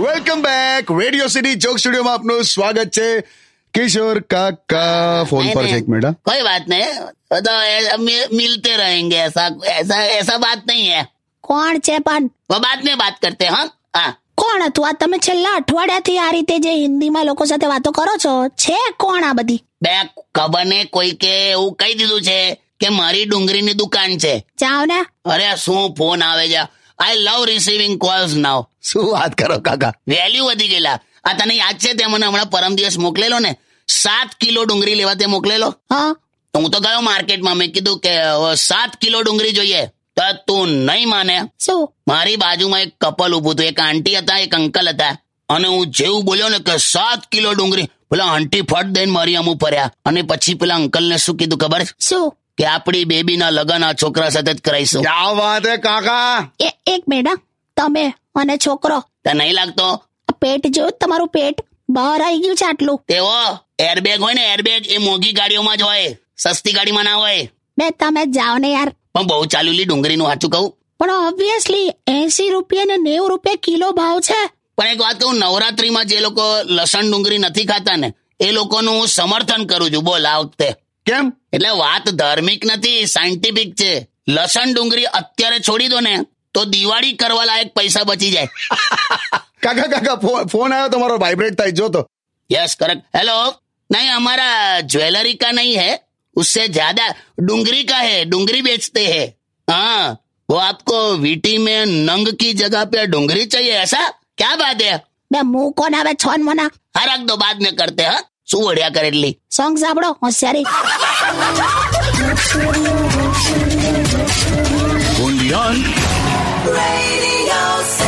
Welcome back Radio City joke સ્ટુડિયોમાં આપનું સ્વાગત છે કિશોર કાકા फोन पर છે नहीं, नहीं, એક मिनट हाँ। कोई बात नहीं वो तो ऐ- मि- मिलते रहेंगे ऐसा ऐसा ऐसा बात नहीं है કોણ છે પણ वो बाद में बात करते हैं हाँ? हाँ કોણ હતું આ તમે છેલ્લા અઠવાડિયાથી આ રીતે જે હિન્દીમાં લોકો સાથે વાતો કરો છો છે કોણ આ બધી બે કબને કોઈ કે એવું કહી દીધું છે કે મારી ડુંગળીની દુકાન છે જાઓ ને અરે આ શું ફોન આવે છે આઈ લવ રિસીવિંગ કોલ્સ નાવ શું વાત કરો કાકા વેલ્યુ વધી ગયેલા આ તને યાદ છે તે મને હમણાં પરમ દિવસ મોકલેલો ને સાત કિલો ડુંગળી લેવા તે મોકલેલો હા તો હું તો ગયો માર્કેટમાં મેં કીધું કે અ, સાત કિલો ડુંગળી જોઈએ તો તું નહીં માને શું મારી બાજુમાં એક કપલ ઊભું હતું એક આંટી હતા એક અંકલ હતા અને હું જેવું બોલ્યો ને કે સાત કિલો ડુંગળી પેલા આંટી ફટ દઈને મારી આમ ફર્યા અને પછી પેલા અંકલને શું કીધું ખબર છે? શું કે આપણી બેબીના લગ્ન આ છોકરા સાથે જ કરાઈશું क्या बात है काका એ એક મેડમ તમે અને છોકરો તને નહીં લાગતો આ પેટ જોયું તમારું પેટ બહાર આવી ગયું છે આટલું તેઓ એરબેગ હોય ને એરબેગ એ મોંઘી ગાડીઓમાં જ હોય સસ્તી ગાડીમાં ના હોય બે તમે જાઓ ને યાર પણ બહુ ચાલુલી ડુંગળીનું સાચું કહું પણ ઓબ્વિયસલી એસી રૂપિયા ને નેવું રૂપિયા કિલો ભાવ છે પણ એક વાત કહું નવરાત્રીમાં જે લોકો લસણ ડુંગળી નથી ખાતા ને એ લોકોનું હું સમર્થન કરું છું બોલ આ વખતે કેમ એટલે વાત ધાર્મિક નથી સાયન્ટિફિક છે લસણ ડુંગળી અત્યારે છોડી દો ને તો દિવાળી કરવા લાયક પૈસા બચી જાય કાકા કાકા ફો- ફોન આવ્યો તમારો વાઇબ્રેટ થાય જો તો यस करेक्ट हेलो नहीं हमारा ज्वेलरी का नहीं है उससे ज्यादा डुंगरी का है डुंगरी बेचते हैं हाँ वो आपको वीटी में नंग की जगह पे डुंगरी चाहिए ऐसा क्या बात है બે મૂકો ને હવે છોન મોના हाँ रख दो बाद में करते हैं શું વળ્યા કરેલી સોંગ સાંભળો હોશિયારી Radio